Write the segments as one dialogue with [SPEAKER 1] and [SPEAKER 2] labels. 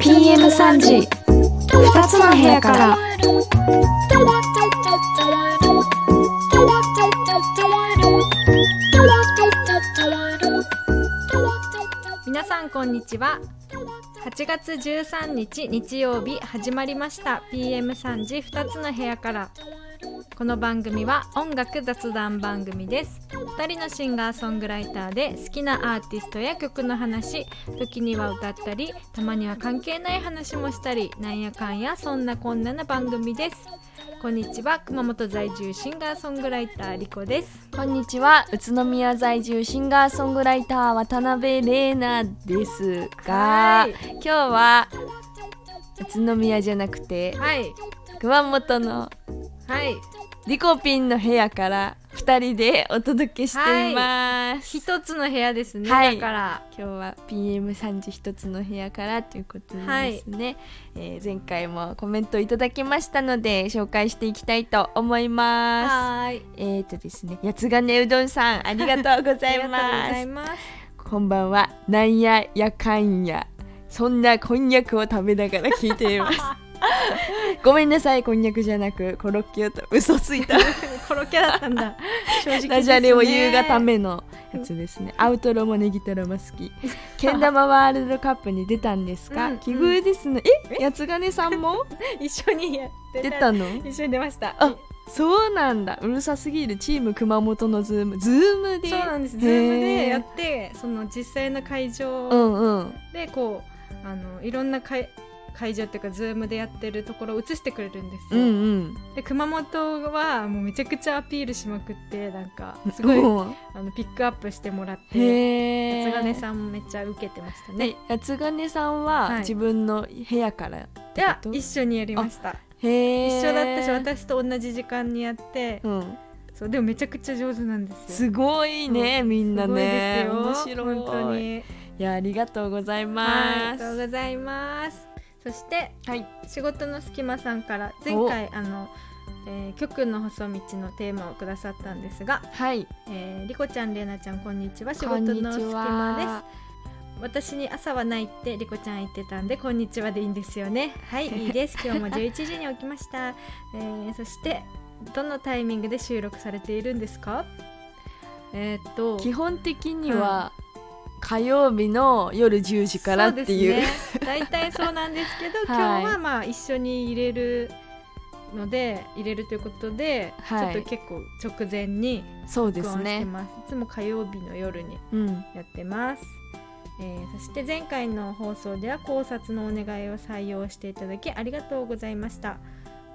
[SPEAKER 1] PM3 時二つの部屋から
[SPEAKER 2] 皆さんこんにちは8月13日日曜日始まりました PM3 時2つの部屋からこの番組は音楽雑談番組です2人のシンガーソングライターで好きなアーティストや曲の話時には歌ったりたまには関係ない話もしたりなんやかんやそんなこんなな番組ですこんにちは熊本在住シンガーソングライターリコです
[SPEAKER 3] こんにちは宇都宮在住シンガーソングライター渡辺玲奈ですが
[SPEAKER 2] はい
[SPEAKER 3] 今日は宇都宮じゃなくて
[SPEAKER 2] はい
[SPEAKER 3] 熊本の
[SPEAKER 2] はい
[SPEAKER 3] リコピンの部屋から2人でお届けしています、
[SPEAKER 2] 一つの部屋ですね、
[SPEAKER 3] はい
[SPEAKER 2] だから
[SPEAKER 3] 今日は PM3 時一つの部屋からということですね、えー前回もコメントいただきましたので紹介していきたいと思います
[SPEAKER 2] はーい
[SPEAKER 3] えーとですね八ヶ根うどんさんありがとうござ
[SPEAKER 2] ありがとうご
[SPEAKER 3] いま
[SPEAKER 2] ざ
[SPEAKER 3] す
[SPEAKER 2] います
[SPEAKER 3] こんばんは。なんややかんや。そんなこんにゃくを食べながら聞いて います。ごめんなさい、こんにゃくじゃなく、コロッケをと嘘つ いた。
[SPEAKER 2] コロキャだったんだ正直ですね
[SPEAKER 3] ダジャレを言うがためのやつですね。アウトロもネギトロも好 き。けん玉ワールドカップに出たんです
[SPEAKER 2] う
[SPEAKER 3] か
[SPEAKER 2] ん
[SPEAKER 3] 奇遇ですね。えやつがねさ んも
[SPEAKER 2] 一緒にやって
[SPEAKER 3] 出たの
[SPEAKER 2] 一緒に出ました
[SPEAKER 3] あそうなんだ。うるさすぎるチーム熊本のズーム。ズームで。
[SPEAKER 2] そうなんです
[SPEAKER 3] へー
[SPEAKER 2] ズームでやってその実際の会
[SPEAKER 3] う
[SPEAKER 2] 場
[SPEAKER 3] んうん。
[SPEAKER 2] でこう、あのいろんな会会場っていうかズームでやってるところを映してくれるんです
[SPEAKER 3] うん
[SPEAKER 2] よ、
[SPEAKER 3] うん。
[SPEAKER 2] で熊本はもうめちゃくちゃアピールしまくってなんかすごい
[SPEAKER 3] うん
[SPEAKER 2] あのピックアップしてもらって
[SPEAKER 3] へえ。
[SPEAKER 2] 津金さんもめっちゃ受けてましたね
[SPEAKER 3] ね、八ヶ根さん
[SPEAKER 2] はい
[SPEAKER 3] は自分の部屋からってこと
[SPEAKER 2] いや一緒にやりました
[SPEAKER 3] へー
[SPEAKER 2] 一緒だったし私と同じ時間にやって、
[SPEAKER 3] うん、
[SPEAKER 2] そうでもめちゃくちゃ上手なんですよ
[SPEAKER 3] すごいね、みんな
[SPEAKER 2] すごいです
[SPEAKER 3] ね
[SPEAKER 2] よ
[SPEAKER 3] 面白い
[SPEAKER 2] 本当に
[SPEAKER 3] いやありがとうござい
[SPEAKER 2] はいあ
[SPEAKER 3] ま
[SPEAKER 2] り
[SPEAKER 3] す
[SPEAKER 2] がとうございますそして
[SPEAKER 3] はい
[SPEAKER 2] 仕事の隙間さんから前回あの、えー曲の細道のテーマをくださったんですが、
[SPEAKER 3] はい
[SPEAKER 2] えー、リコちゃんれいなちゃんこんにちは仕
[SPEAKER 3] こ
[SPEAKER 2] 事
[SPEAKER 3] んにち
[SPEAKER 2] の隙間です
[SPEAKER 3] は
[SPEAKER 2] 私に朝はないってリコちゃん言ってたんでこんにちはでいいんですよね はいいいです今日も11時に起きました、えーそしてどのタイミングで収録されているんですかえーっと
[SPEAKER 3] 基本的には、火曜日の夜10時からっていう
[SPEAKER 2] そですね大体そうなんです けど、
[SPEAKER 3] はい
[SPEAKER 2] 今日はまあ一緒に入れるので入れるということで、
[SPEAKER 3] はい
[SPEAKER 2] ちょっと結構直前に
[SPEAKER 3] そうで
[SPEAKER 2] 録
[SPEAKER 3] す
[SPEAKER 2] 音して
[SPEAKER 3] ね
[SPEAKER 2] ますいつも火曜日の夜に
[SPEAKER 3] うん
[SPEAKER 2] やってます、えーそして前回の放送では考察のお願いを採用していただきありがとうございました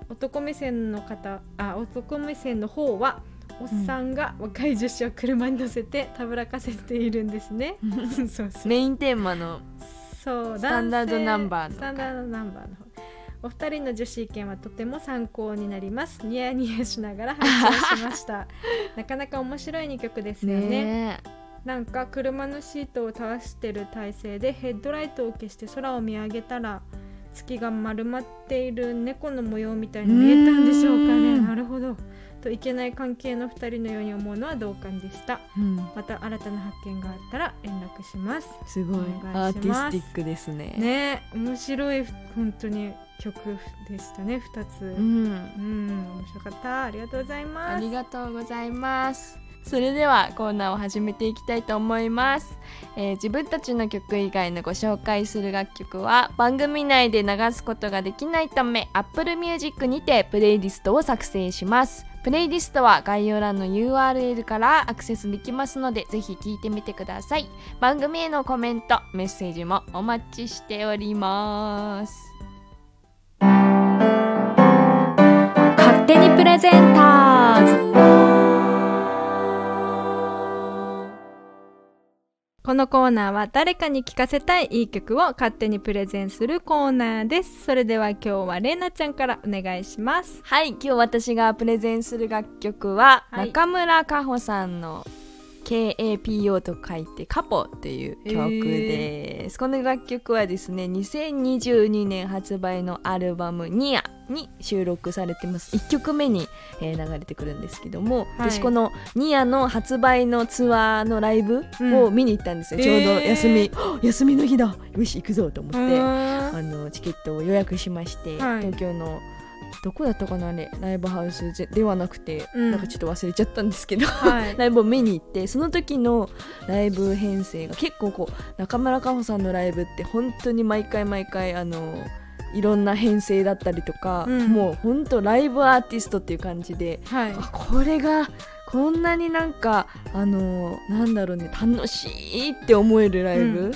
[SPEAKER 2] 男目線の方あ男目線の方はおっさんが若い女子を車に乗せてたぶらかせているんですね そうそう
[SPEAKER 3] メインテーマの
[SPEAKER 2] そう
[SPEAKER 3] スタンダード
[SPEAKER 2] 男性
[SPEAKER 3] ナンバーの
[SPEAKER 2] スタンダードナンバーの方お二人の女子意見はとても参考になりますニヤニヤしながら拝聴しました なかなか面白い2曲ですよね
[SPEAKER 3] ね
[SPEAKER 2] なんか車のシートを倒してる体勢でヘッドライトを消して空を見上げたら月が丸まっている猫の模様みたいに見えたんでしょうか
[SPEAKER 3] う
[SPEAKER 2] ね
[SPEAKER 3] ーん
[SPEAKER 2] なるほどといけない関係の2人のように思うのは同感でした
[SPEAKER 3] うん、
[SPEAKER 2] また新たな発見があったら連絡します
[SPEAKER 3] すごい
[SPEAKER 2] お願いしま
[SPEAKER 3] アー
[SPEAKER 2] す
[SPEAKER 3] ティスティックですね
[SPEAKER 2] ね面白い本当に曲でしたね2つ
[SPEAKER 3] う
[SPEAKER 2] うん、
[SPEAKER 3] ん
[SPEAKER 2] 面白かったありがとうございます
[SPEAKER 3] ありがとうございます。それではコーナーを始めていきたいと思います、えー自分たちの曲以外のご紹介する楽曲は番組内で流すことができないため Apple Music にてプレイリストを作成しますプレイリストは概要欄の URL からアクセスできますのでぜひ聴いてみてください番組へのコメントメッセージもお待ちしております
[SPEAKER 1] 勝手にプレゼンターズ
[SPEAKER 2] このコーナーは誰かに聴かせたいいい曲を勝手にプレゼンするコーナーですそれでは今日はれいなちゃんからお願いします
[SPEAKER 3] はい今日私がプレゼンする楽曲は、
[SPEAKER 2] はい
[SPEAKER 3] 中村佳穂さんの「 KAPO と書いてカポという曲です、この楽曲はですね2022年発売のアルバム「ニアに収録されてます1曲目に、えー流れてくるんですけども、
[SPEAKER 2] はい
[SPEAKER 3] 私この「ニアの発売のツアーのライブを見に行ったんですよ、
[SPEAKER 2] うん
[SPEAKER 3] ちょうど
[SPEAKER 2] えー
[SPEAKER 3] 休み、はっ 休みの日だよし行くぞと思って、
[SPEAKER 2] うん
[SPEAKER 3] あのチケットを予約しまして、
[SPEAKER 2] はい
[SPEAKER 3] 東京のどこだったかなあれライブハウスじゃではなくて、
[SPEAKER 2] うん
[SPEAKER 3] なんかちょっと忘れちゃったんですけど、
[SPEAKER 2] はい
[SPEAKER 3] ライブを見に行ってその時のライブ編成が結構こう中村佳穂さんのライブって本当に毎回毎回あのいろんな編成だったりとか、
[SPEAKER 2] うん
[SPEAKER 3] もう本当ライブアーティストっていう感じで
[SPEAKER 2] はい
[SPEAKER 3] あこれがこんなになんかあのーなんだろうね楽しいって思えるライブ、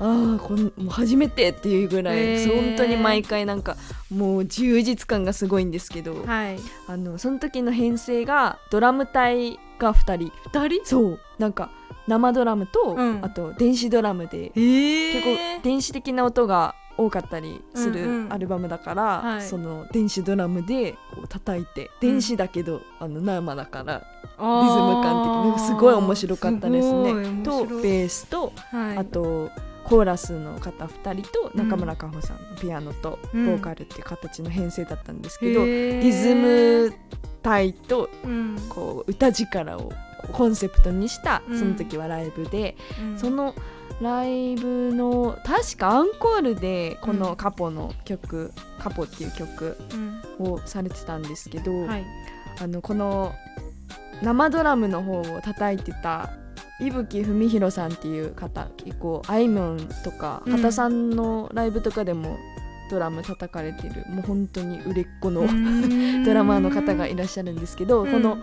[SPEAKER 3] ああこんもう初めてっていうぐらい、
[SPEAKER 2] へー
[SPEAKER 3] 本当に毎回なんかもう充実感がすごいんですけど、
[SPEAKER 2] はい
[SPEAKER 3] あのその時の編成がドラム隊が2人
[SPEAKER 2] 二人
[SPEAKER 3] そうなんか生ドラムと、
[SPEAKER 2] うん
[SPEAKER 3] あと電子ドラムで結構
[SPEAKER 2] え
[SPEAKER 3] 電子的な音が多かったりす
[SPEAKER 2] うんう
[SPEAKER 3] る
[SPEAKER 2] ん
[SPEAKER 3] アルバムだから、
[SPEAKER 2] はい
[SPEAKER 3] その電子ドラムでこう叩いて電子だけど、あの生だからリズム感的にすごい面白かったですね。とベースと、
[SPEAKER 2] はい、
[SPEAKER 3] あとコーラスの方2人と中村佳穂さんのピアノとボ
[SPEAKER 2] うん
[SPEAKER 3] ーカルっていう形の編成だったんですけど、
[SPEAKER 2] リ
[SPEAKER 3] リズム隊と
[SPEAKER 2] うん
[SPEAKER 3] こう歌力をこうコンセプトにした
[SPEAKER 2] うん
[SPEAKER 3] その時はライブで、
[SPEAKER 2] うん
[SPEAKER 3] そのライブの確かアンコールでこ
[SPEAKER 2] う
[SPEAKER 3] の
[SPEAKER 2] ん
[SPEAKER 3] 「カポ」の曲「カポ」っていう曲
[SPEAKER 2] うん
[SPEAKER 3] をされてたんですけど、
[SPEAKER 2] はい
[SPEAKER 3] あのこの生ドラムの方を叩いてた伊吹文博さんっていう方結構あいみょんとか
[SPEAKER 2] うん
[SPEAKER 3] 畑さんのライブとかでもドラム叩かれてる、もう本当に売れっ子の、ドラマーの方がいらっしゃるんですけど、
[SPEAKER 2] うん
[SPEAKER 3] この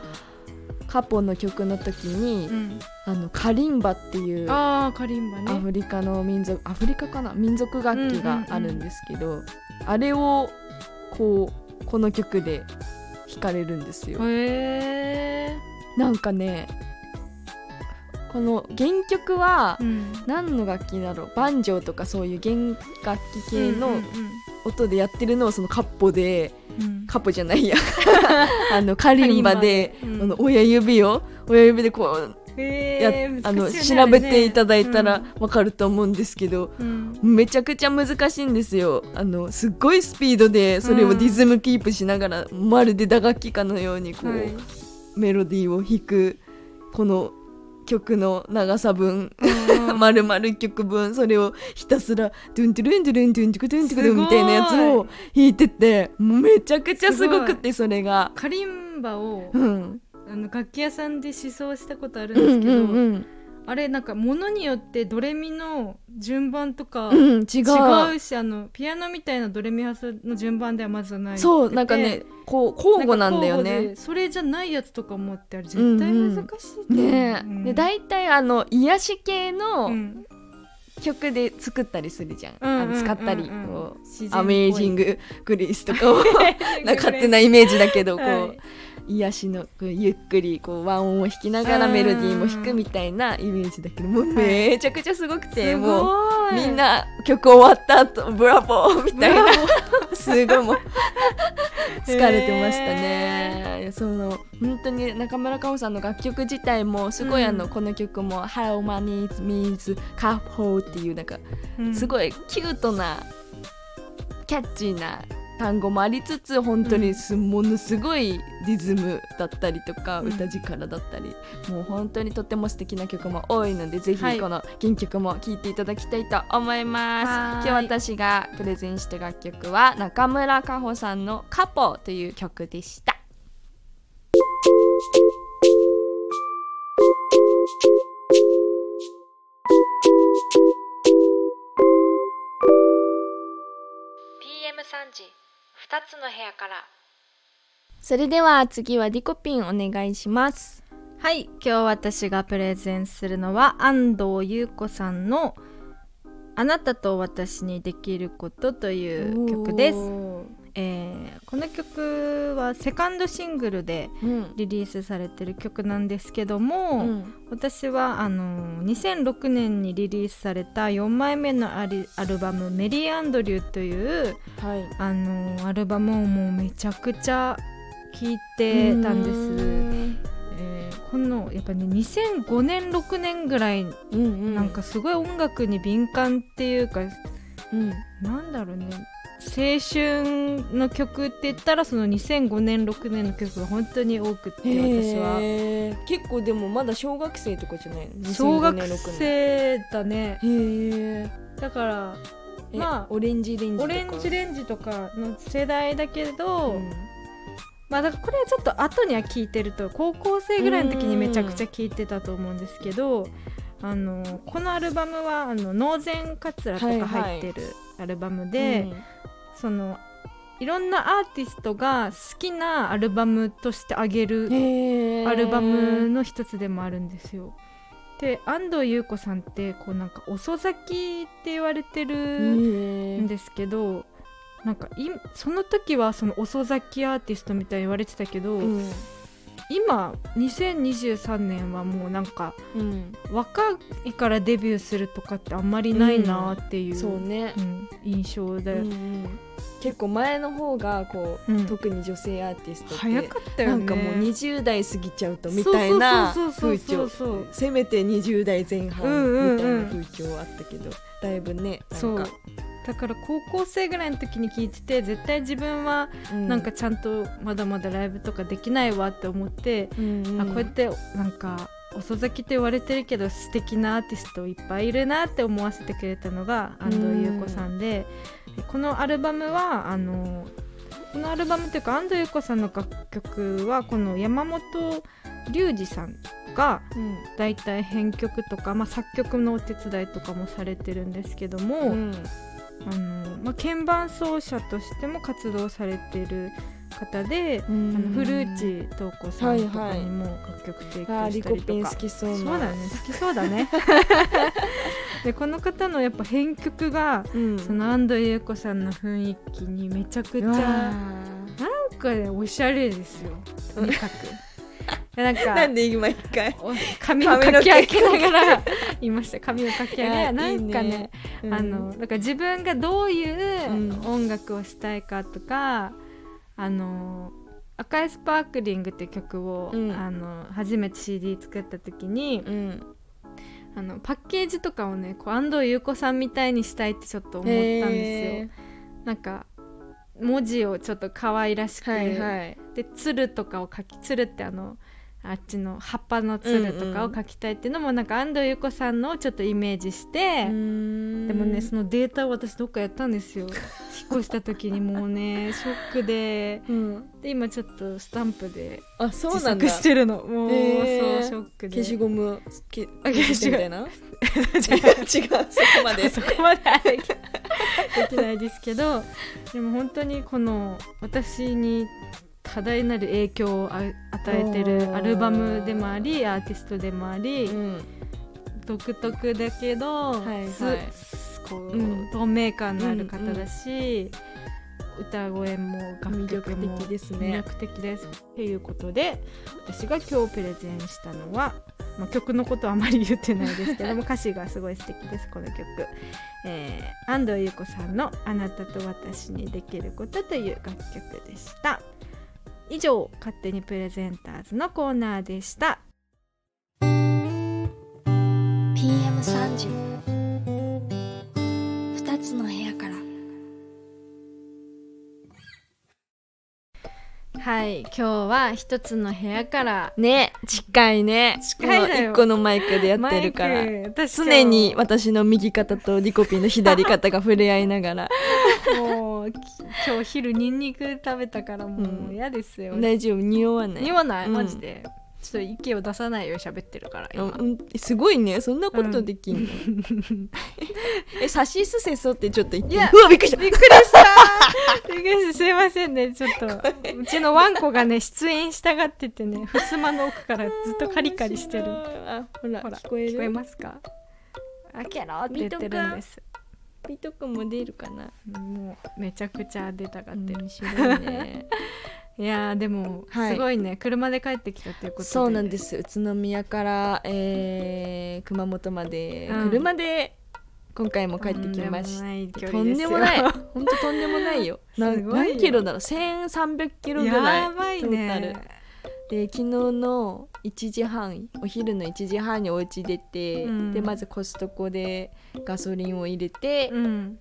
[SPEAKER 3] カポの曲の時に、
[SPEAKER 2] うん
[SPEAKER 3] あのカリンバっていうア
[SPEAKER 2] ああカリンバね
[SPEAKER 3] フリカの民族アフリカかな民族楽器があるんですけど、あれをこうこの曲で弾かれるんですよ。
[SPEAKER 2] へえ
[SPEAKER 3] なんかねこの原曲は
[SPEAKER 2] うん
[SPEAKER 3] 何の楽器だろうバンジョーとかそういう弦楽器系
[SPEAKER 2] うんう
[SPEAKER 3] の
[SPEAKER 2] ん
[SPEAKER 3] 音でやってるのをそのカッポで
[SPEAKER 2] うん
[SPEAKER 3] カッポじゃないや あのカリンバで
[SPEAKER 2] カリンバでうん
[SPEAKER 3] あの親指を親指でこうや、
[SPEAKER 2] へー
[SPEAKER 3] あの
[SPEAKER 2] 難しいねあ
[SPEAKER 3] 調
[SPEAKER 2] れ
[SPEAKER 3] べ
[SPEAKER 2] ね
[SPEAKER 3] ていただいたらわかると思うんですけど、
[SPEAKER 2] うん
[SPEAKER 3] めちゃくちゃ難しいんですよあのすっごいスピードでそれをディズムキープしながら、まるで打楽器かのようにこう、
[SPEAKER 2] はい
[SPEAKER 3] メロディーを弾くこの曲の長さ分
[SPEAKER 2] うん うん
[SPEAKER 3] 丸々曲分それをひたすらドゥンドゥルンドゥルンドゥンドゥクドゥンドゥクドゥンみたいなやつを弾いててもうめちゃくちゃすごくてそれが。
[SPEAKER 2] カリンバを
[SPEAKER 3] うん、
[SPEAKER 2] あの楽器屋さんで試奏したことある
[SPEAKER 3] うん
[SPEAKER 2] です
[SPEAKER 3] ん
[SPEAKER 2] け
[SPEAKER 3] う
[SPEAKER 2] ど、
[SPEAKER 3] んうん
[SPEAKER 2] あれなんか物によってドレミの順番とか違
[SPEAKER 3] うん違う
[SPEAKER 2] うし、あのピアノみたいなドレミファソの順番ではまずない
[SPEAKER 3] そうなんかねこう交互なんだよ
[SPEAKER 2] なんか交
[SPEAKER 3] ね
[SPEAKER 2] 互でそれじゃないやつとかもあってあれ絶対難しいと思う
[SPEAKER 3] ね
[SPEAKER 2] う
[SPEAKER 3] え、
[SPEAKER 2] ん
[SPEAKER 3] で大体あの癒し系
[SPEAKER 2] う
[SPEAKER 3] の
[SPEAKER 2] ん
[SPEAKER 3] 曲で作ったりするじゃん、
[SPEAKER 2] うんうん
[SPEAKER 3] あ
[SPEAKER 2] うんう
[SPEAKER 3] の
[SPEAKER 2] ん
[SPEAKER 3] 使ったりこう
[SPEAKER 2] 自然っぽい
[SPEAKER 3] アメージング・グリース」とか を なんか勝手なイメージだけどこう、
[SPEAKER 2] はい
[SPEAKER 3] 癒しのこうゆっくりこう和音を弾きながらメロディーも弾くみたいなイメージだけどもうめちゃくちゃすごくて、
[SPEAKER 2] すごい
[SPEAKER 3] もうみんな曲終わった後ブラボーみたいなすごい もう疲れてましたね。その本当に中村佳穂さんの楽曲自体もすごいあの、
[SPEAKER 2] うん
[SPEAKER 3] この曲も「How Money Means c a p o っていうなんか
[SPEAKER 2] うん
[SPEAKER 3] すごいキュートなキャッチーな単語もありつつ本当にす、ものすごいリズムだったりとか、
[SPEAKER 2] うん
[SPEAKER 3] 歌力だったりもう本当にとっても素敵な曲も多いのでぜひ
[SPEAKER 2] はい
[SPEAKER 3] この原曲も聴いていただきたいと思います、
[SPEAKER 2] はーい
[SPEAKER 3] 今日私がプレゼンした楽曲は中村佳穂さんの「カポ」という曲でしたそれでは次はディコピンお願いします
[SPEAKER 2] はい今日私がプレゼンするのは安藤優子さんの「あなたと私にできること」という曲です、えーこの曲はセカンドシングルで
[SPEAKER 3] うん
[SPEAKER 2] リリースされてる曲なんですけども、
[SPEAKER 3] うん
[SPEAKER 2] 私はあの2006年にリリースされた4枚目のアリアルバム「メリー・アンドリュー」という
[SPEAKER 3] はい
[SPEAKER 2] あのアルバムをもうめちゃくちゃ聴いてたんです、えーこのやっぱね2005年6年ぐらい
[SPEAKER 3] うんうん
[SPEAKER 2] なんかすごい音楽に敏感っていうか、
[SPEAKER 3] うん
[SPEAKER 2] なんだろうね青春の曲って言ったらその2005年6年の曲が本当に多くって私は
[SPEAKER 3] へー結構でもまだ小学生とかじゃないの
[SPEAKER 2] 小学
[SPEAKER 3] へ
[SPEAKER 2] 生だね
[SPEAKER 3] え
[SPEAKER 2] だからまあ
[SPEAKER 3] オレンジレンジとか
[SPEAKER 2] オレンジレンジとかの世代だけど、
[SPEAKER 3] うん
[SPEAKER 2] まあだからこれはちょっと後には聞いてると高校生ぐらいの時にめちゃくちゃ聞いてたと思うんですけどあのこのアルバムはあのノーゼンカツラと
[SPEAKER 3] はいは
[SPEAKER 2] か
[SPEAKER 3] い
[SPEAKER 2] 入ってるアルバムで、そのいろんなアーティストが好きなアルバムとしてあげ
[SPEAKER 3] う
[SPEAKER 2] る
[SPEAKER 3] んへー
[SPEAKER 2] アルバムの一つでもあるんですよ。で安藤優子さんってこうなんか遅咲きって言われて
[SPEAKER 3] へ
[SPEAKER 2] る
[SPEAKER 3] ー
[SPEAKER 2] んですけど、なんかいその時はその遅咲きアーティストみたいに言われてたけど、
[SPEAKER 3] うん
[SPEAKER 2] 今2023年はもうなんか
[SPEAKER 3] うん
[SPEAKER 2] 若いからデビューするとかってあんまりないなっていう、
[SPEAKER 3] そうね
[SPEAKER 2] うん印象で、
[SPEAKER 3] うんうん結構前の方がこう、
[SPEAKER 2] うん
[SPEAKER 3] 特に女性アーティストって
[SPEAKER 2] 早かったよ
[SPEAKER 3] な
[SPEAKER 2] ね
[SPEAKER 3] んかもう20代過ぎちゃうとみたいな
[SPEAKER 2] そうそ
[SPEAKER 3] 風
[SPEAKER 2] うそうそう
[SPEAKER 3] 潮
[SPEAKER 2] そうそう
[SPEAKER 3] せめて20代前半
[SPEAKER 2] うんうんうん
[SPEAKER 3] みたいな風潮あったけどだいぶね
[SPEAKER 2] そ
[SPEAKER 3] な
[SPEAKER 2] う
[SPEAKER 3] んか
[SPEAKER 2] だから高校生ぐらいの時に聞いてて絶対自分は
[SPEAKER 3] うん
[SPEAKER 2] なんかちゃんとまだまだライブとかできないわって思って、
[SPEAKER 3] うんうん
[SPEAKER 2] あこうやってなんか遅咲きと言われてるけど素敵なアーティストいっぱいいるなって思わせてくれたのが安藤優子さんで、このアルバムはあのこのアルバムというか安藤優子さんの楽曲はこの山本龍二さんが
[SPEAKER 3] うん
[SPEAKER 2] 大体編曲とか、まあ、作曲のお手伝いとかもされてるんですけども、
[SPEAKER 3] うん
[SPEAKER 2] あのまあ、鍵盤奏者としても活動されてる方で、
[SPEAKER 3] うん
[SPEAKER 2] あの古内東子さんとかにも楽曲提
[SPEAKER 3] あ
[SPEAKER 2] 供
[SPEAKER 3] ー
[SPEAKER 2] し
[SPEAKER 3] リ
[SPEAKER 2] た
[SPEAKER 3] コ
[SPEAKER 2] り
[SPEAKER 3] ピ
[SPEAKER 2] と
[SPEAKER 3] ン
[SPEAKER 2] か、
[SPEAKER 3] 好きそうな
[SPEAKER 2] そうだよね好きそうだ ねでこの方のやっぱ編曲が
[SPEAKER 3] うん
[SPEAKER 2] その安藤優子さんの雰囲気にめちゃくち
[SPEAKER 3] う
[SPEAKER 2] ゃ
[SPEAKER 3] わ
[SPEAKER 2] な
[SPEAKER 3] ー
[SPEAKER 2] んかねおしゃれですよとにかくいやなんか
[SPEAKER 3] なんで今一回
[SPEAKER 2] お髪をかき上げながら言いました髪をかき上げ
[SPEAKER 3] いや
[SPEAKER 2] なんか
[SPEAKER 3] いい
[SPEAKER 2] ね
[SPEAKER 3] ねうん
[SPEAKER 2] あのだから自分がどういう
[SPEAKER 3] うん
[SPEAKER 2] 音楽をしたいかとか、あの「赤いスパークリング」っていう曲を、
[SPEAKER 3] うん
[SPEAKER 2] あの初めて CD 作った時に
[SPEAKER 3] うん
[SPEAKER 2] あのパッケージとかをねこう安藤優子さんみたいにしたいってちょっと思ったんですよ。なんか文字をちょっと可愛らしく、
[SPEAKER 3] はいはい
[SPEAKER 2] で鶴とかを描き鶴ってあのあっちの葉っぱの鶴とかを描きたいっていうのも、なんか安藤優子さんのをちょっとイメージして。で
[SPEAKER 3] で
[SPEAKER 2] もねそのデータを私どっかやったんですよ 引っ越した時にもうねショックで
[SPEAKER 3] うん
[SPEAKER 2] で今ちょっとスタンプで
[SPEAKER 3] あそう
[SPEAKER 2] 自
[SPEAKER 3] なんだ
[SPEAKER 2] 作してるのもう、
[SPEAKER 3] へー
[SPEAKER 2] そうショックで
[SPEAKER 3] 消しゴムけ
[SPEAKER 2] あ
[SPEAKER 3] 消
[SPEAKER 2] 消
[SPEAKER 3] し
[SPEAKER 2] しゴ
[SPEAKER 3] み
[SPEAKER 2] ム
[SPEAKER 3] たい な違うそこまで
[SPEAKER 2] そこまではできできないですけどでも本当にこの私に多大なる影響をあ与えて
[SPEAKER 3] お
[SPEAKER 2] る
[SPEAKER 3] ー
[SPEAKER 2] アルバムでもありアーティストでもあり、
[SPEAKER 3] うん
[SPEAKER 2] 独特だけど、
[SPEAKER 3] いはい
[SPEAKER 2] すすこう、
[SPEAKER 3] うん
[SPEAKER 2] 透明感のある方だし、歌声も楽
[SPEAKER 3] 魅
[SPEAKER 2] 曲
[SPEAKER 3] 力
[SPEAKER 2] も
[SPEAKER 3] 的です
[SPEAKER 2] 魅
[SPEAKER 3] ね
[SPEAKER 2] 力的です。ということで私が今日プレゼンしたのは、まあ、曲のことはあまり言ってないですけ ども歌詞がすごい素敵ですこの曲、えー安藤優子さんの「あなたと私にできること」という楽曲でした以上勝手にプレゼンターズのコーナーでした
[SPEAKER 4] PM30 二つの部屋から
[SPEAKER 2] はい今日は一つの部屋から
[SPEAKER 3] ね近いね
[SPEAKER 2] 近いだよ
[SPEAKER 3] この一個のマイクでやってるから常に私の右肩とリコピンの左肩が触れ合いながら
[SPEAKER 2] もうき今日昼ニンニク食べたからも
[SPEAKER 3] う
[SPEAKER 2] うん嫌ですよ、
[SPEAKER 3] 大丈夫匂わない
[SPEAKER 2] 言わない、
[SPEAKER 3] うん
[SPEAKER 2] マジでちょっと息を出さないように喋ってるから
[SPEAKER 3] う
[SPEAKER 2] 今、
[SPEAKER 3] んうんすごいねそんなことできんの、え差しすせそってちょっと言って
[SPEAKER 2] いや
[SPEAKER 3] うわびっくりした
[SPEAKER 2] びっくりした びっくりしたすいませんねちょっとうちのワンコがね出演したがっててね襖の奥からずっとカリカリしてる
[SPEAKER 3] 面白いあほら
[SPEAKER 2] ほら
[SPEAKER 3] 聞こえる
[SPEAKER 2] 聞こえますか開けろって言ってるんです
[SPEAKER 3] ピト君も出るかな
[SPEAKER 2] もうめちゃくちゃ出たがってる、
[SPEAKER 3] 面白いね
[SPEAKER 2] いやーでも、
[SPEAKER 3] はい
[SPEAKER 2] すごいね車で帰ってきたということで
[SPEAKER 3] そうなんです宇都宮から、えー熊本まで、
[SPEAKER 2] うん
[SPEAKER 3] 車で今回も帰ってきましたとんでもないほんととんでもないよ
[SPEAKER 2] すごいよ
[SPEAKER 3] な何キロだろう1300キロぐらい
[SPEAKER 2] やばい
[SPEAKER 3] トータ
[SPEAKER 2] ね
[SPEAKER 3] ルで昨日の1時半お昼の1時半にお家出て、
[SPEAKER 2] うん
[SPEAKER 3] でまずコストコでガソリンを入れて、
[SPEAKER 2] うん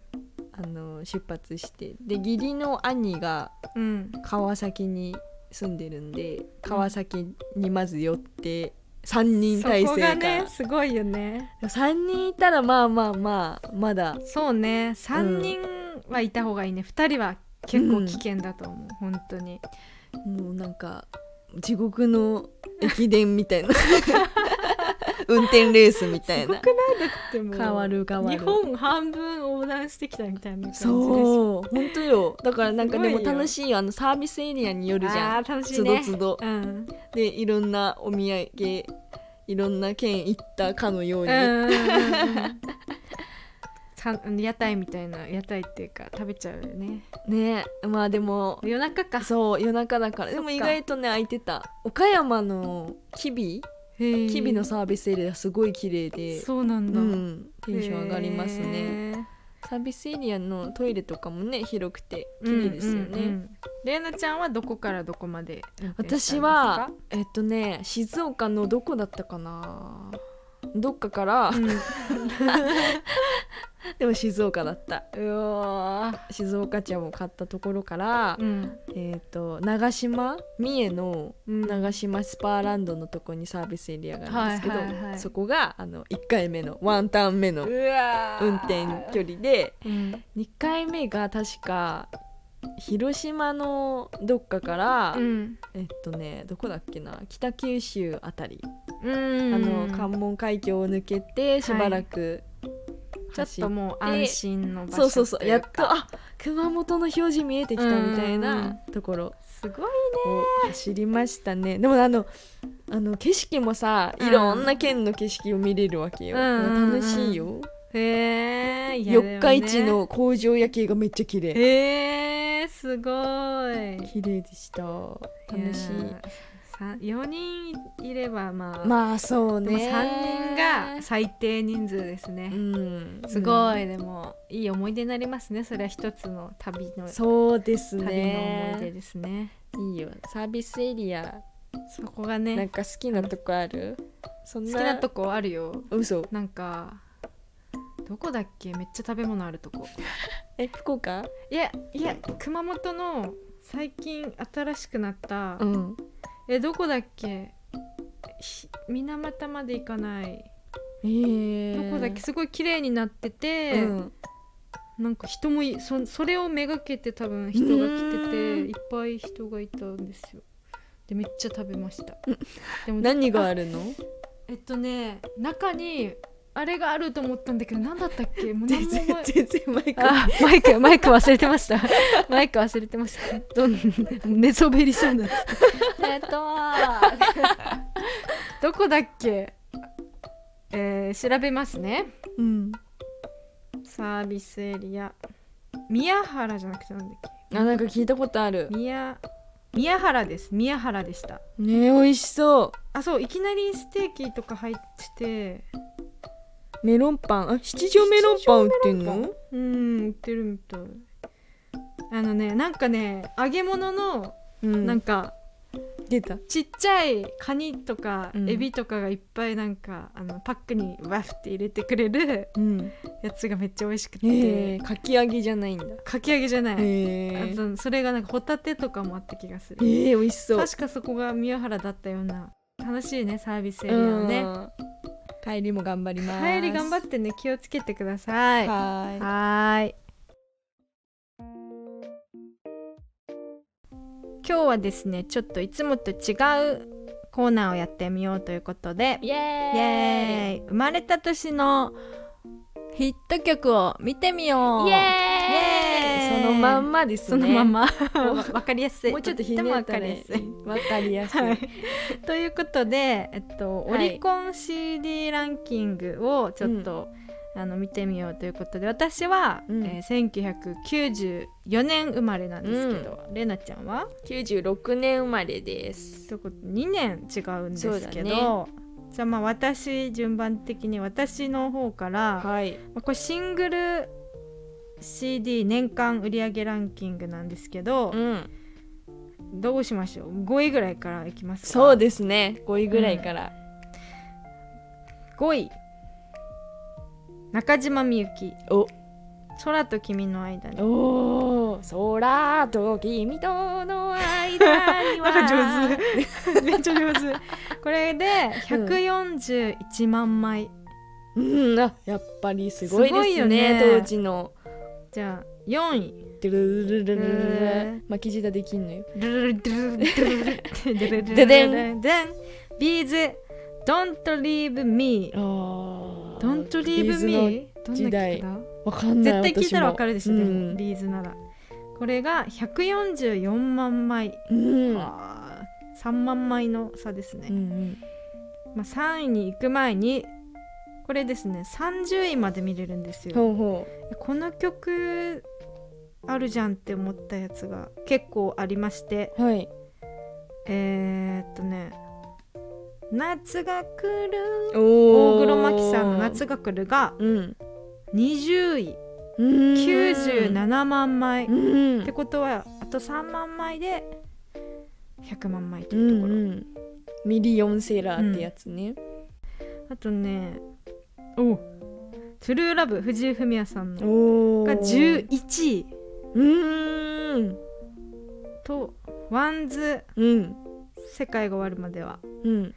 [SPEAKER 3] あの出発してで義理の兄が
[SPEAKER 2] うん
[SPEAKER 3] 川崎に住んでるんで川崎にまず寄って3人体
[SPEAKER 2] そこ
[SPEAKER 3] 制
[SPEAKER 2] が
[SPEAKER 3] が
[SPEAKER 2] ねすごいよね
[SPEAKER 3] 3人いたらまあまあまあまだ
[SPEAKER 2] そうね3人はいた方がいいね2人は結構危険だと思う、本当に
[SPEAKER 3] もうなんか地獄の駅伝みた いな運転レースみたいな
[SPEAKER 2] でも
[SPEAKER 3] 変わる変わる
[SPEAKER 2] 日本半分横断してきたみたいな感じでしう
[SPEAKER 3] そう本当よだからなんかです
[SPEAKER 2] ご
[SPEAKER 3] も
[SPEAKER 2] いよ
[SPEAKER 3] 楽しいよあのサービスエリアによるじゃ
[SPEAKER 2] あ
[SPEAKER 3] ん
[SPEAKER 2] ー楽しいね
[SPEAKER 3] つどつど
[SPEAKER 2] うん
[SPEAKER 3] でいろんなお土産いろんな県行ったかのよう
[SPEAKER 2] うん
[SPEAKER 3] に、
[SPEAKER 2] うんうんうん さん屋台みたいな屋台っていうか食べちゃうよね
[SPEAKER 3] ねまあでも
[SPEAKER 2] 夜中か
[SPEAKER 3] そう夜中だから
[SPEAKER 2] そっ
[SPEAKER 3] で
[SPEAKER 2] か
[SPEAKER 3] も意外とね空いてた岡山の吉備
[SPEAKER 2] 日
[SPEAKER 3] 吉備のサービスエリアすごい綺麗で
[SPEAKER 2] そうなん
[SPEAKER 3] う
[SPEAKER 2] だ、
[SPEAKER 3] んテンション上がりますね
[SPEAKER 2] へー
[SPEAKER 3] サービスエリアのトイレとかもね広くて綺麗ですよね、
[SPEAKER 2] うんうんうんレイナちゃんはどこからどこまで運転したんですか
[SPEAKER 3] 私はえっとね静岡のどこだったかなどっかから、
[SPEAKER 2] うん
[SPEAKER 3] でも静岡だった
[SPEAKER 2] うわー
[SPEAKER 3] 静岡茶を買ったところから、
[SPEAKER 2] うん
[SPEAKER 3] えっと長島三重の
[SPEAKER 2] うん
[SPEAKER 3] 長島スパーランドのとこにサービスエリアがあるんですけど、
[SPEAKER 2] はいはいはい
[SPEAKER 3] そこがあの1回目のワンターン目の
[SPEAKER 2] うわー
[SPEAKER 3] 運転距離で
[SPEAKER 2] うん
[SPEAKER 3] 2回目が確か広島のどっかから、
[SPEAKER 2] うん
[SPEAKER 3] えっとねどこだっけな北九州あたり、
[SPEAKER 2] うん
[SPEAKER 3] あの関門海峡を抜けてしばらく
[SPEAKER 2] ちょっ
[SPEAKER 3] 走って、
[SPEAKER 2] ともう安心の場所
[SPEAKER 3] そうそうそう
[SPEAKER 2] とい
[SPEAKER 3] や
[SPEAKER 2] う
[SPEAKER 3] っ
[SPEAKER 2] か
[SPEAKER 3] とあ熊本の表示見えてきたみたい
[SPEAKER 2] うんうん
[SPEAKER 3] なところ
[SPEAKER 2] すごい
[SPEAKER 3] を走りましたねでもあのあの景色もさ
[SPEAKER 2] うん
[SPEAKER 3] いろんな県の景色を見れるわけよ、
[SPEAKER 2] うんうんうん
[SPEAKER 3] 楽しいよ
[SPEAKER 2] へえ
[SPEAKER 3] 四日市の工場夜景がめっちゃ綺麗
[SPEAKER 2] へえすごい
[SPEAKER 3] 綺麗でした楽し
[SPEAKER 2] いや
[SPEAKER 3] い
[SPEAKER 2] さ4人いればまあ、
[SPEAKER 3] まあそう
[SPEAKER 2] で
[SPEAKER 3] ね
[SPEAKER 2] も3人が最低人数ですね、
[SPEAKER 3] うん
[SPEAKER 2] すごい、でもいい思い出になりますねそれは一つの旅の
[SPEAKER 3] そうです
[SPEAKER 2] 旅の思い出
[SPEAKER 3] ね
[SPEAKER 2] ですね
[SPEAKER 3] いいよサービスエリア
[SPEAKER 2] そこが
[SPEAKER 3] なん
[SPEAKER 2] ね
[SPEAKER 3] か好きなとこあるそん
[SPEAKER 2] 好き
[SPEAKER 3] な
[SPEAKER 2] なとこあるよ
[SPEAKER 3] 嘘
[SPEAKER 2] なんかどこだっけめっちゃ食べ物あるとこ
[SPEAKER 3] え福岡
[SPEAKER 2] いやいや熊本の最近新しくなった、
[SPEAKER 3] ん
[SPEAKER 2] えどこだっけひ水俣まで行かない
[SPEAKER 3] え
[SPEAKER 2] ど
[SPEAKER 3] ー、
[SPEAKER 2] こだっけすごい綺麗になってて、
[SPEAKER 3] うん
[SPEAKER 2] なんか人もいそそれをめがけて多分人が来て
[SPEAKER 3] う
[SPEAKER 2] て
[SPEAKER 3] ー
[SPEAKER 2] い
[SPEAKER 3] ん
[SPEAKER 2] っぱい人がいたんですよでめっちゃ食べましたでも
[SPEAKER 3] 何があるの
[SPEAKER 2] えっとね中にあれがあると思ったんだけど何だったっけもう何
[SPEAKER 3] 全
[SPEAKER 2] も
[SPEAKER 3] 然
[SPEAKER 2] 覚え
[SPEAKER 3] 全然マイク
[SPEAKER 2] あマイクマイク忘れてました マイク忘れてましたどん寝そべりそうになって
[SPEAKER 3] えっと
[SPEAKER 2] どこだっけえー、調べますね
[SPEAKER 3] うん
[SPEAKER 2] サービスエリア宮原じゃなくてなんだっけ
[SPEAKER 3] あなんか聞いたことある
[SPEAKER 2] 宮宮原です宮原でした
[SPEAKER 3] ねえ美味しそ
[SPEAKER 2] あそういきなりステーキとか入ってて
[SPEAKER 3] うメロンパンあ七条メロンパン売ってんの
[SPEAKER 2] うん売ってるみたいあのねなんかね揚げ物の
[SPEAKER 3] うん
[SPEAKER 2] なんか
[SPEAKER 3] 出た
[SPEAKER 2] ちっちゃいカニとか
[SPEAKER 3] うん
[SPEAKER 2] エビとかがいっぱいなんか、あのパックにワフって入れてくれる
[SPEAKER 3] うん
[SPEAKER 2] やつがめっちゃ美味しくて、
[SPEAKER 3] えー、かき揚げじゃないんだ
[SPEAKER 2] かき揚げじゃない、
[SPEAKER 3] え
[SPEAKER 2] あ
[SPEAKER 3] ー、
[SPEAKER 2] とそれがなんかホタテとかもあった気がす
[SPEAKER 3] え
[SPEAKER 2] る
[SPEAKER 3] ー、美味しそう
[SPEAKER 2] 確かそこが宮原だったような楽しいねサービスエリアをね
[SPEAKER 3] うん帰りも頑張ります
[SPEAKER 2] 帰り頑張ってね気をつけてください
[SPEAKER 3] はーい
[SPEAKER 2] はーい。今日はですね、ちょっといつもと違うコーナーをやってみようということで、
[SPEAKER 3] イエー
[SPEAKER 2] イエーイ生まれた年のヒット曲を見てみよう。
[SPEAKER 3] イ
[SPEAKER 2] エーイ
[SPEAKER 3] そのまんまです
[SPEAKER 2] そ
[SPEAKER 3] ね
[SPEAKER 2] のまま わかりやすい。
[SPEAKER 3] もうちょっと
[SPEAKER 2] で
[SPEAKER 3] ひね
[SPEAKER 2] もわ
[SPEAKER 3] っ
[SPEAKER 2] か
[SPEAKER 3] た
[SPEAKER 2] りや
[SPEAKER 3] ね
[SPEAKER 2] すい。
[SPEAKER 3] わかりやすい
[SPEAKER 2] はい、 ということで、えっと、オ
[SPEAKER 3] はい
[SPEAKER 2] リコン CD ランキングをちょっと、あの見てみようということで私は、
[SPEAKER 3] うん
[SPEAKER 2] えー1994年生まれなんですけど、レナちゃんは
[SPEAKER 3] 96年生まれです
[SPEAKER 2] ということ2年違うんですけ
[SPEAKER 3] そ
[SPEAKER 2] ど、じゃあまあ私順番的に私の方から、
[SPEAKER 3] はい
[SPEAKER 2] まあこれシングル CD 年間売上ランキングなんですけど、
[SPEAKER 3] うん
[SPEAKER 2] どうしましょう5位ぐらいからいきますか
[SPEAKER 3] そうですね5位ぐらいから、
[SPEAKER 2] 5位中島みゆき
[SPEAKER 3] お
[SPEAKER 2] 空と君の間に
[SPEAKER 3] おー空と君との間には
[SPEAKER 2] なんか上手めっちゃ上手これで141万枚、
[SPEAKER 3] うんあやっぱりすごいですね
[SPEAKER 2] すごいよね
[SPEAKER 3] 当時の
[SPEAKER 2] じゃあ4位
[SPEAKER 3] ドゥルルルルルルル
[SPEAKER 2] うん
[SPEAKER 3] 巻き舌できんのよ
[SPEAKER 2] ドゥルルドゥルルドゥルルドゥルル
[SPEAKER 3] ででん
[SPEAKER 2] ドゥルルでんビーズ Don't leave me
[SPEAKER 3] あー
[SPEAKER 2] Don't
[SPEAKER 3] ビー
[SPEAKER 2] leave
[SPEAKER 3] ズ
[SPEAKER 2] me どんな
[SPEAKER 3] 時代
[SPEAKER 2] 曲だ
[SPEAKER 3] わかんな
[SPEAKER 2] 絶
[SPEAKER 3] い
[SPEAKER 2] 対聞いたらわかるでしょ、
[SPEAKER 3] 私
[SPEAKER 2] で
[SPEAKER 3] も
[SPEAKER 2] もビーズならこれが144万枚、
[SPEAKER 3] うんうん
[SPEAKER 2] あー3万枚の差ですね、
[SPEAKER 3] うん
[SPEAKER 2] まあ、3位に行く前にこれですね30位まで見れるんですよ
[SPEAKER 3] ほうほ
[SPEAKER 2] この曲あるじゃんって思ったやつが結構ありまして
[SPEAKER 3] うはい
[SPEAKER 2] えー、っとね「夏が来る」
[SPEAKER 3] お
[SPEAKER 2] 大黒摩季さんの「夏
[SPEAKER 3] が
[SPEAKER 2] が来る」が
[SPEAKER 3] うん
[SPEAKER 2] 20位
[SPEAKER 3] 97
[SPEAKER 2] 97万枚、
[SPEAKER 3] うんうん
[SPEAKER 2] ってことはあと3万枚で100万枚と
[SPEAKER 3] う
[SPEAKER 2] いうところ、
[SPEAKER 3] んミリオンセラーってやつね
[SPEAKER 2] あとねおトゥルーラブ藤井フミヤさんの
[SPEAKER 3] お
[SPEAKER 2] が
[SPEAKER 3] が
[SPEAKER 2] 11位
[SPEAKER 3] うん
[SPEAKER 2] とワンズ
[SPEAKER 3] うん
[SPEAKER 2] 世界が終わるまでは
[SPEAKER 3] うん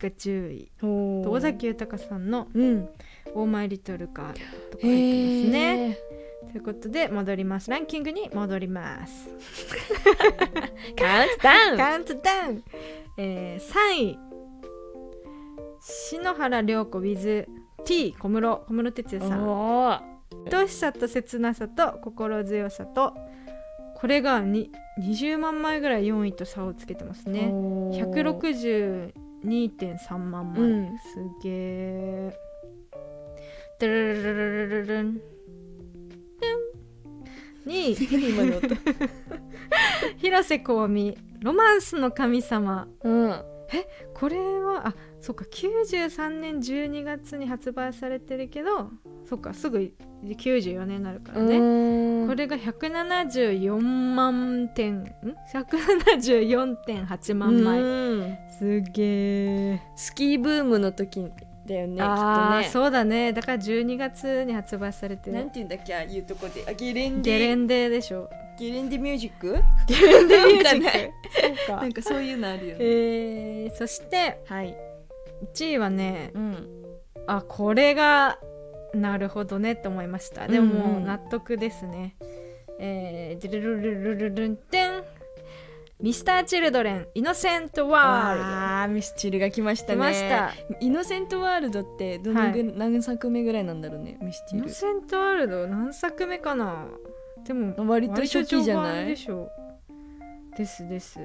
[SPEAKER 2] が10位
[SPEAKER 3] お
[SPEAKER 2] と尾崎豊さんの
[SPEAKER 3] うん
[SPEAKER 2] 「オーマイ・リトル・カー」とか
[SPEAKER 3] へ
[SPEAKER 2] 入ってますね。
[SPEAKER 3] え
[SPEAKER 2] ということで戻りますランキングに戻ります。
[SPEAKER 3] カウントダウン
[SPEAKER 2] カウントダウン、えー、3位篠原涼子 WithT 小室小室哲哉さん
[SPEAKER 3] おー
[SPEAKER 2] 愛しさと切なさと心強さとこれがに20万枚ぐらい4位と差をつけてますね
[SPEAKER 3] おー
[SPEAKER 2] 162.3万枚、
[SPEAKER 3] うん
[SPEAKER 2] すげえドゥルルルルルルルン2位
[SPEAKER 3] 今の音
[SPEAKER 2] 広瀬香美「ロマンスの神様」
[SPEAKER 3] うん
[SPEAKER 2] これはあそっか93年12月に発売されてるけどそっかすぐ94年になるからね、
[SPEAKER 3] ね
[SPEAKER 2] これが174万点ん ?174.8 万枚、
[SPEAKER 3] 枚
[SPEAKER 2] すげー
[SPEAKER 3] スキーブームの時だよねきっと
[SPEAKER 2] あー
[SPEAKER 3] ね
[SPEAKER 2] そうだねだから12月に発売されて
[SPEAKER 3] な
[SPEAKER 2] る
[SPEAKER 3] んて言うんだっけああいうとこであゲレンデ
[SPEAKER 2] ゲレンデでしょ
[SPEAKER 3] ゲレンデミュージックゲレンデミュージック
[SPEAKER 2] そう
[SPEAKER 3] なんかそういうのあるよね
[SPEAKER 2] えー、そして
[SPEAKER 3] はい
[SPEAKER 2] 1位はね
[SPEAKER 3] うん
[SPEAKER 2] あこれがなるほどねと思いましたでももう納得ですね、えー、ジュルルルルルルンテンミスターチルドレンイノセントワールド
[SPEAKER 3] あーミスチルが来ましたね
[SPEAKER 2] 出ました
[SPEAKER 3] イノセントワールドってどのぐ、何作目ぐらいなんだろうねミス
[SPEAKER 2] イ
[SPEAKER 3] チ
[SPEAKER 2] ノ
[SPEAKER 3] ル
[SPEAKER 2] セントワールド何作目かなでも
[SPEAKER 3] 割と初期じゃな
[SPEAKER 2] 割と序盤で
[SPEAKER 3] い
[SPEAKER 2] しょですです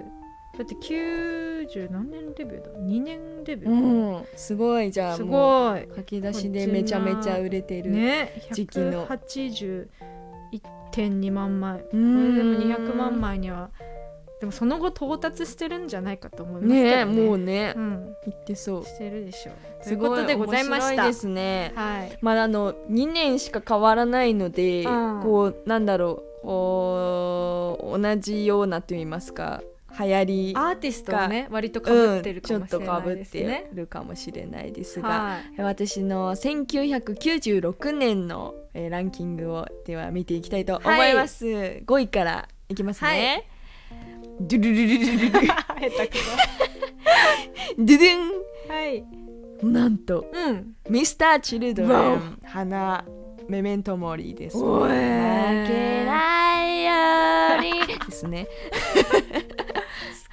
[SPEAKER 2] だって90何年デビューだ2年デビュ
[SPEAKER 3] う
[SPEAKER 2] ー、
[SPEAKER 3] んすごいじゃあ
[SPEAKER 2] す
[SPEAKER 3] も
[SPEAKER 2] ごいう
[SPEAKER 3] 駆け出しでめちゃめちゃ売れてる、
[SPEAKER 2] ね
[SPEAKER 3] 時期の
[SPEAKER 2] 181.2万枚こ
[SPEAKER 3] う
[SPEAKER 2] れ
[SPEAKER 3] ん
[SPEAKER 2] でも200万枚にはでもその後到達してるんじゃないかと思いますけど
[SPEAKER 3] ね
[SPEAKER 2] ね
[SPEAKER 3] えもうね
[SPEAKER 2] うん
[SPEAKER 3] 言ってそう
[SPEAKER 2] してるでしょうとい
[SPEAKER 3] す
[SPEAKER 2] うこ
[SPEAKER 3] ごい
[SPEAKER 2] とでございまし
[SPEAKER 3] 面白
[SPEAKER 2] た
[SPEAKER 3] ですね
[SPEAKER 2] はい
[SPEAKER 3] まだあの2年しか変わらないので、
[SPEAKER 2] うん
[SPEAKER 3] こうなんだろうこう同じようなと言いますか流行り
[SPEAKER 2] アーティストはね割とかぶってるか
[SPEAKER 3] うん
[SPEAKER 2] もし
[SPEAKER 3] ちょ
[SPEAKER 2] れ
[SPEAKER 3] っとか
[SPEAKER 2] な
[SPEAKER 3] ぶ
[SPEAKER 2] い
[SPEAKER 3] っ
[SPEAKER 2] です
[SPEAKER 3] て
[SPEAKER 2] ね、
[SPEAKER 3] るかもしれないですが、
[SPEAKER 2] はい
[SPEAKER 3] 私の1996年の、えーランキングをでは見ていきたいと思います、5位からいきますね、ドゥルルルルル ル
[SPEAKER 2] 下手く
[SPEAKER 3] ドゥドゥ
[SPEAKER 2] そはい
[SPEAKER 3] ンなんと
[SPEAKER 2] うん
[SPEAKER 3] ミスターチルドレ
[SPEAKER 2] わ
[SPEAKER 3] ン花メメントモリーです
[SPEAKER 2] お
[SPEAKER 3] 負
[SPEAKER 2] え
[SPEAKER 3] けないようにですね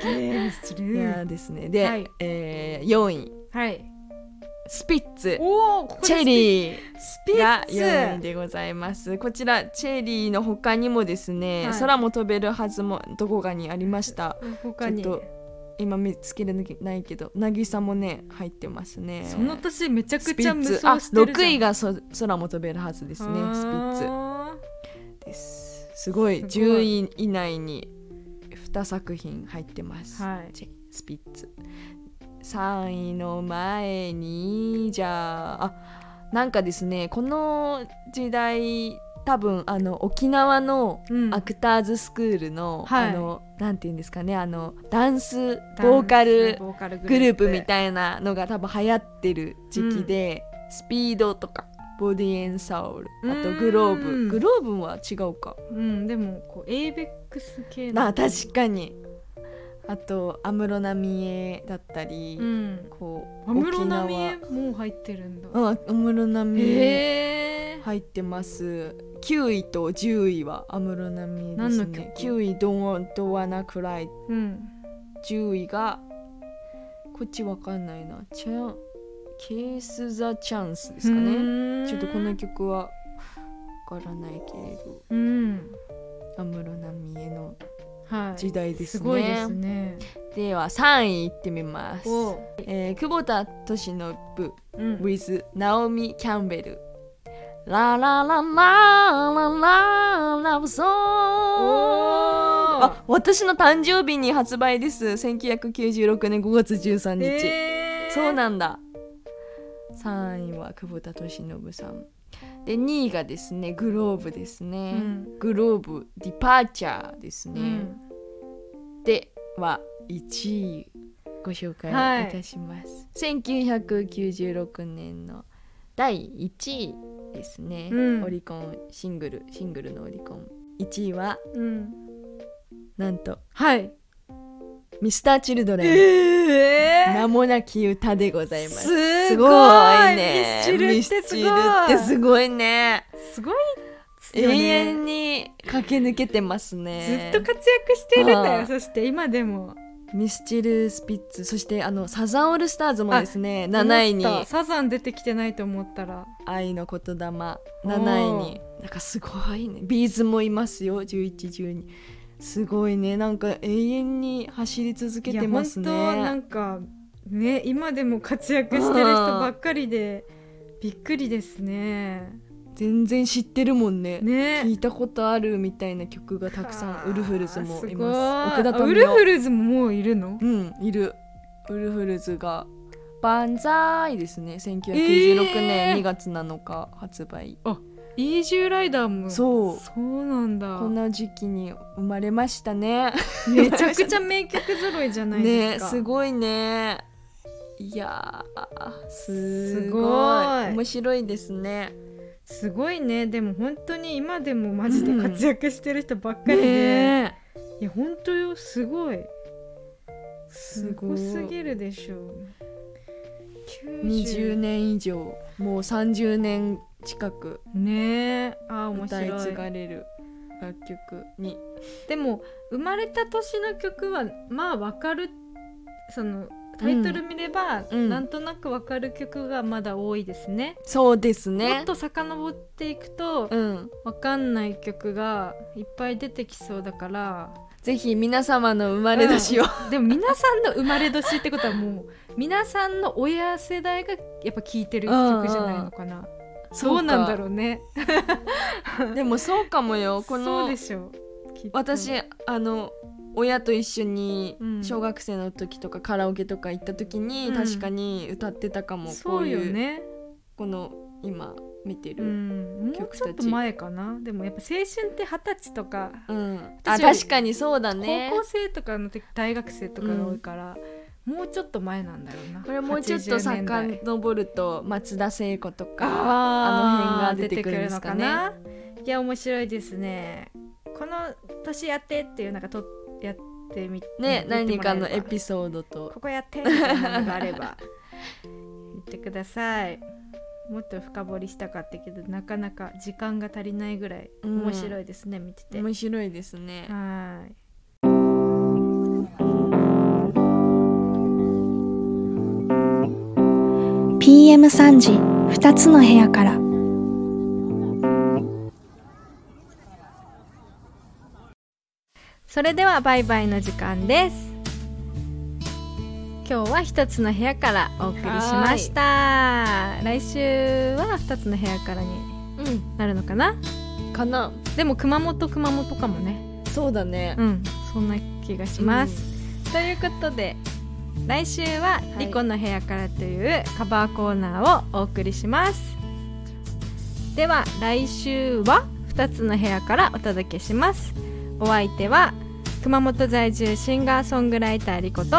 [SPEAKER 2] すげえミスチ
[SPEAKER 3] い
[SPEAKER 2] ル
[SPEAKER 3] やーですねで、
[SPEAKER 2] はい
[SPEAKER 3] えー、4位
[SPEAKER 2] はい
[SPEAKER 3] スピッツ
[SPEAKER 2] おおここで
[SPEAKER 3] チェリー
[SPEAKER 2] スピ
[SPEAKER 3] が
[SPEAKER 2] ッ
[SPEAKER 3] 4位
[SPEAKER 2] ツ
[SPEAKER 3] でございますこちらチェリーの他にもですね、
[SPEAKER 2] はい
[SPEAKER 3] 空も飛べるはずもどこかにありました
[SPEAKER 2] 他に
[SPEAKER 3] ちょっ今見つけれないけど渚もね入ってますね
[SPEAKER 2] その年めちゃ
[SPEAKER 3] ス
[SPEAKER 2] く
[SPEAKER 3] ピ
[SPEAKER 2] ちゃ
[SPEAKER 3] ッ
[SPEAKER 2] 無
[SPEAKER 3] ツ
[SPEAKER 2] 双してるじゃん
[SPEAKER 3] あ6位がそ空も飛べるはずですねスピッツ
[SPEAKER 2] あ
[SPEAKER 3] ですすごい
[SPEAKER 2] すご
[SPEAKER 3] 10
[SPEAKER 2] い
[SPEAKER 3] 位以内に2作品入ってます、
[SPEAKER 2] はい
[SPEAKER 3] チェスピッツ3位の前にじゃああなんかですねこの時代多分あの沖縄の
[SPEAKER 2] うん
[SPEAKER 3] アクターズスクールの、
[SPEAKER 2] はい
[SPEAKER 3] あのなんて言うんですかねあのダンス
[SPEAKER 2] ダンス
[SPEAKER 3] ボーカル
[SPEAKER 2] ボーカル
[SPEAKER 3] グループみ
[SPEAKER 2] い
[SPEAKER 3] たいなのが多分流行ってる時期で、スピードとかボディエンサウルあとグローブ
[SPEAKER 2] うん
[SPEAKER 3] グローブは違うか
[SPEAKER 2] うんでもこうエイベックス系
[SPEAKER 3] な
[SPEAKER 2] の
[SPEAKER 3] あ確かにあと安室奈美恵だったり、
[SPEAKER 2] うん
[SPEAKER 3] こう
[SPEAKER 2] 安室奈美恵
[SPEAKER 3] 沖
[SPEAKER 2] もう入ってるんだ
[SPEAKER 3] 縄うん安室奈美恵
[SPEAKER 2] へえ
[SPEAKER 3] 入ってます9位と10位は安室奈美恵です
[SPEAKER 2] 何の
[SPEAKER 3] ね
[SPEAKER 2] 曲
[SPEAKER 3] 9位「Don't Wanna Cry」
[SPEAKER 2] うん
[SPEAKER 3] 10位がこっちわかんないな「チャンケース・ザ・チャンス」ですかね、
[SPEAKER 2] ね
[SPEAKER 3] ちょっとこの曲はわからないけれど
[SPEAKER 2] うん
[SPEAKER 3] 安室奈美恵の
[SPEAKER 2] はい
[SPEAKER 3] 時代です
[SPEAKER 2] す
[SPEAKER 3] ね。
[SPEAKER 2] ごいですね
[SPEAKER 3] では3位いってみます。
[SPEAKER 2] お
[SPEAKER 3] えー久保田利信
[SPEAKER 2] うん
[SPEAKER 3] with ナオミ・キャンベル。ラララララララブソンあ私の誕生日に発売です1996年5月13日、
[SPEAKER 2] へー
[SPEAKER 3] そうなんだ3位は久保田利信さんで2位がですねグローブですね、
[SPEAKER 2] うん
[SPEAKER 3] グローブディパーチャーです
[SPEAKER 2] う
[SPEAKER 3] ね、
[SPEAKER 2] ん
[SPEAKER 3] では1位ご紹介いたします、1996年の第1位ですね、
[SPEAKER 2] うん
[SPEAKER 3] オリコンシングルシングルのオリコン1位は
[SPEAKER 2] うん
[SPEAKER 3] なんと
[SPEAKER 2] はい
[SPEAKER 3] ミスターチルドレン、
[SPEAKER 2] え
[SPEAKER 3] 名もなき歌でございます
[SPEAKER 2] す
[SPEAKER 3] ご
[SPEAKER 2] ご
[SPEAKER 3] い
[SPEAKER 2] い
[SPEAKER 3] ね
[SPEAKER 2] ミスチルってすごい
[SPEAKER 3] ミスチルってすごいね
[SPEAKER 2] すごい
[SPEAKER 3] 永
[SPEAKER 2] よね
[SPEAKER 3] 遠に駆け抜けてます
[SPEAKER 2] ず
[SPEAKER 3] ね
[SPEAKER 2] っと活躍してるんだ
[SPEAKER 3] は
[SPEAKER 2] よ
[SPEAKER 3] い
[SPEAKER 2] そして今でも
[SPEAKER 3] ミスチルスピッツそしてあのサザンオールスターズもですね7位に
[SPEAKER 2] 思ったサザン出てきてないと思ったら
[SPEAKER 3] 愛の言霊7
[SPEAKER 2] おー
[SPEAKER 3] 位になんかすごいねビーズもいますよ1112すごいねなんか永遠に走り続けてます
[SPEAKER 2] いや本当な
[SPEAKER 3] ね
[SPEAKER 2] んかね今でも活躍してる人ばっかりでびっくりですね
[SPEAKER 3] 全然知ってるもんね
[SPEAKER 2] ね
[SPEAKER 3] 聞いたことあるみたいな曲がたくさ
[SPEAKER 2] あー
[SPEAKER 3] んウルフルズもい
[SPEAKER 2] ご
[SPEAKER 3] ます
[SPEAKER 2] い
[SPEAKER 3] 奥
[SPEAKER 2] あ
[SPEAKER 3] 田
[SPEAKER 2] ウ
[SPEAKER 3] 民
[SPEAKER 2] ル
[SPEAKER 3] 生
[SPEAKER 2] フルズももういるの
[SPEAKER 3] うんいるウルフルズが「バンザーイ」ですね1996
[SPEAKER 2] え
[SPEAKER 3] 年
[SPEAKER 2] ー
[SPEAKER 3] 2月7日発売、
[SPEAKER 2] イージューライダーも
[SPEAKER 3] そう
[SPEAKER 2] そうなんだ
[SPEAKER 3] こんな時期に生まれましたね
[SPEAKER 2] めちゃくちゃ名曲揃いじゃないで
[SPEAKER 3] ね
[SPEAKER 2] すか
[SPEAKER 3] すごいねいやーす
[SPEAKER 2] す
[SPEAKER 3] ご
[SPEAKER 2] ご
[SPEAKER 3] い
[SPEAKER 2] い
[SPEAKER 3] 面白いですね
[SPEAKER 2] すごいねでも本当に今でもマジで活躍してる人ばっかりで、
[SPEAKER 3] ね
[SPEAKER 2] いや本当よすごい
[SPEAKER 3] す
[SPEAKER 2] す
[SPEAKER 3] ご
[SPEAKER 2] ご
[SPEAKER 3] い
[SPEAKER 2] すぎるでしょう
[SPEAKER 3] 20
[SPEAKER 2] 90
[SPEAKER 3] 年以上もう30年近く
[SPEAKER 2] ねえあー面
[SPEAKER 3] 歌い
[SPEAKER 2] 白
[SPEAKER 3] 継
[SPEAKER 2] い
[SPEAKER 3] がれる楽曲に
[SPEAKER 2] でも生まれた年の曲はまあわかるそのタイトル見れば、
[SPEAKER 3] うん
[SPEAKER 2] なんとなくわかる曲がまだ多いですね、
[SPEAKER 3] そうです
[SPEAKER 2] も
[SPEAKER 3] ね
[SPEAKER 2] っと遡っていくと
[SPEAKER 3] うん
[SPEAKER 2] わかんない曲がいっぱい出てきそうだから
[SPEAKER 3] ぜひ皆様の生まれ年を、
[SPEAKER 2] でも皆さんの生まれ年ってことはもう皆さんの親世代がやっぱ聴いてる曲じゃないのかなそうなんだろうね
[SPEAKER 3] うでもそうか もよこ
[SPEAKER 2] そう
[SPEAKER 3] の
[SPEAKER 2] でしょうきっと
[SPEAKER 3] 私あの親と一緒に
[SPEAKER 2] うん
[SPEAKER 3] 小学生の時とかカラオケとか行った時に、
[SPEAKER 2] うん
[SPEAKER 3] 確かに歌ってたかもこ
[SPEAKER 2] そううよ
[SPEAKER 3] いう
[SPEAKER 2] ね
[SPEAKER 3] この今見て
[SPEAKER 2] う
[SPEAKER 3] る、
[SPEAKER 2] んもう
[SPEAKER 3] 曲
[SPEAKER 2] ちょ
[SPEAKER 3] た
[SPEAKER 2] っ
[SPEAKER 3] ち
[SPEAKER 2] と前かなでもやっぱ青春って二十歳とか
[SPEAKER 3] うんあ
[SPEAKER 2] 私より
[SPEAKER 3] 確かにそうだね
[SPEAKER 2] 高校生とかの時大学生とかが多いから、もうちょっと前なんだろうな
[SPEAKER 3] これもうちょっと
[SPEAKER 2] 80年代
[SPEAKER 3] 遡ると松田聖子とか
[SPEAKER 2] あ
[SPEAKER 3] あの辺が出てくるんですかね
[SPEAKER 2] 出てくるのかないや面白いですねこの年やってっていうなんかとやってみ
[SPEAKER 3] ね
[SPEAKER 2] やって
[SPEAKER 3] 何
[SPEAKER 2] もら
[SPEAKER 3] か
[SPEAKER 2] えれば
[SPEAKER 3] のエピソードと
[SPEAKER 2] ここやってみたいなのがあれば言ってくださいもっと深掘りしたかったけどなかなか時間が足りないぐらい
[SPEAKER 3] うん
[SPEAKER 2] 面白いですね、見てては
[SPEAKER 3] 面白いですね
[SPEAKER 2] ーい
[SPEAKER 1] ー PM3 時2つの部屋から
[SPEAKER 2] それではバイバイの時間です今日は一つの部屋からお送りしました来週は二つの部屋からに
[SPEAKER 3] う
[SPEAKER 2] なるのかなん
[SPEAKER 3] かな
[SPEAKER 2] でも熊本熊本かもね
[SPEAKER 3] そうだね
[SPEAKER 2] うんそんな気がします、ということで来週は「
[SPEAKER 3] い
[SPEAKER 2] リコの部屋から」というカバーコーナーをお送りしますでは来週は2つの部屋からお届けしますお相手は熊本在住シンガーソングライターリコと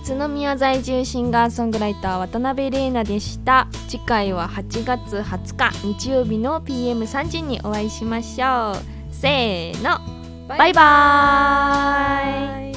[SPEAKER 1] 宇都宮在住シンガーソングライター渡辺玲奈でした次回は8月20日日曜日の PM3 時にお会いしましょうせーのバイババイバーイ